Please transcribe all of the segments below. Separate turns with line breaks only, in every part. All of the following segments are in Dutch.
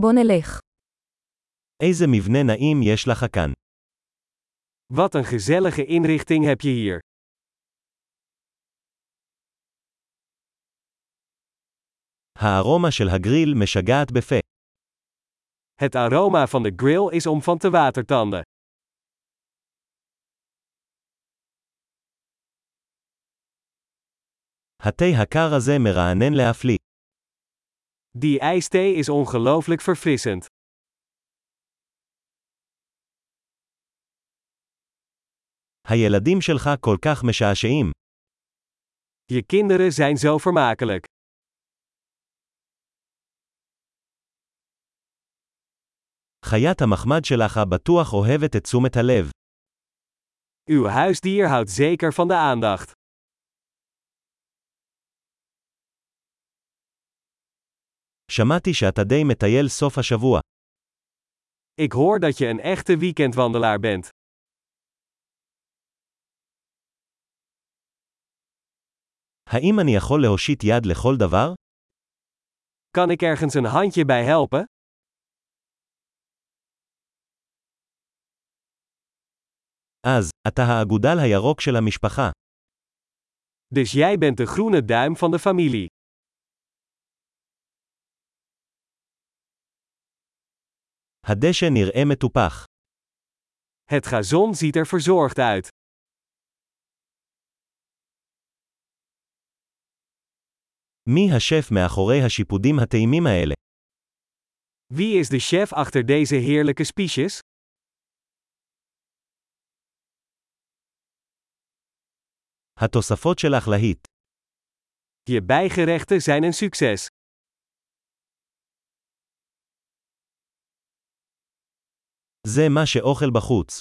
בוא נלך.
איזה מבנה נעים יש לך כאן.
Wat een gezellige inrichting heb je hier.
הארומה של הגריל משגעת בפה.
Het aroma van de grill is om van te watertanden.
התה הקר הזה מרענן להפליא.
Die ijsthee is ongelooflijk verfrissend.
הילדים שלך כל כך משעשעים.
Je kinderen zijn zo vermakelijk.
חיית המחמד שלך בטוח אוהבת את תשומת הלב.
Uw huisdier houdt zeker van de aandacht.
שמעתי שאתה די מטייל סוף השבוע.
Ik hoor dat je een echte weekendwandelaar bent.
האם אני יכול להושיט יד לכל דבר?
Kan ik ergens een handje bij helpen?
אז, אתה האגודל הירוק של המשפחה.
Dus jij bent de groene duim van de familie.
הדשא נראה מטופח.
Het gazon ziet er verzorgd uit.
מי השף מאחורי השיפודים הטעימים האלה?
Wie is de chef achter deze heerlijke spiesjes?
התוספות שלך להיט.
Je bijgerechten zijn een succes.
זה מה שאוכל בחוץ.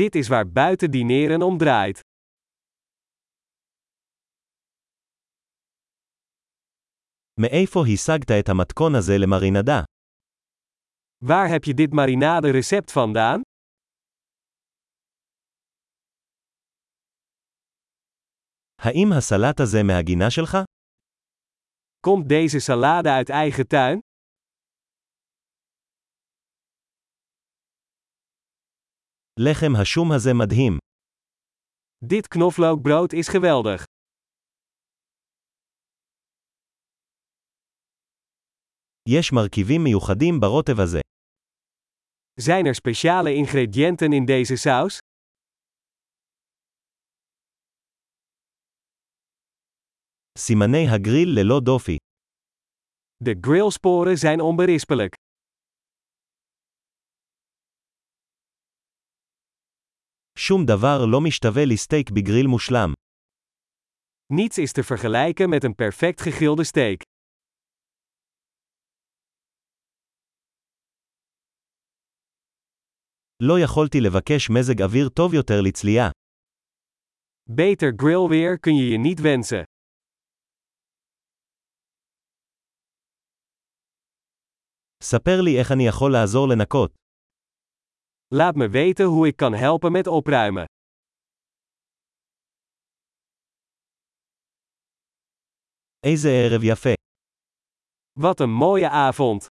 Dit is waar buiten dineren om draait.
מאיפה השגת את המתכון הזה למרינדה?
Waar heb je dit marinade recept vandaan?
האם הסלט הזה מהגינה שלך?
Komt deze salade uit eigen tuin?
לחם השום הזה מדהים.
Dit knoflookbrood is geweldig.
יש מרכיבים מיוחדים ברוטב הזה.
Zijn er speciale ingrediënten in deze saus?
סימני הגריל ללא דופי.
De grillsporen zijn onberispelijk.
שום דבר לא משתווה לסטייק בגריל מושלם.
Niets is te vergelijken met een perfect gegrilde steak.
לא יכולתי לבקש מזג אוויר טוב יותר לצלייה.
Beter grillweer kun je je niet wensen.
ספר לי איך אני יכול לעזור לנקות.
Laat me weten hoe ik kan helpen met opruimen.
איזה ערב יפה.
Wat een mooie avond!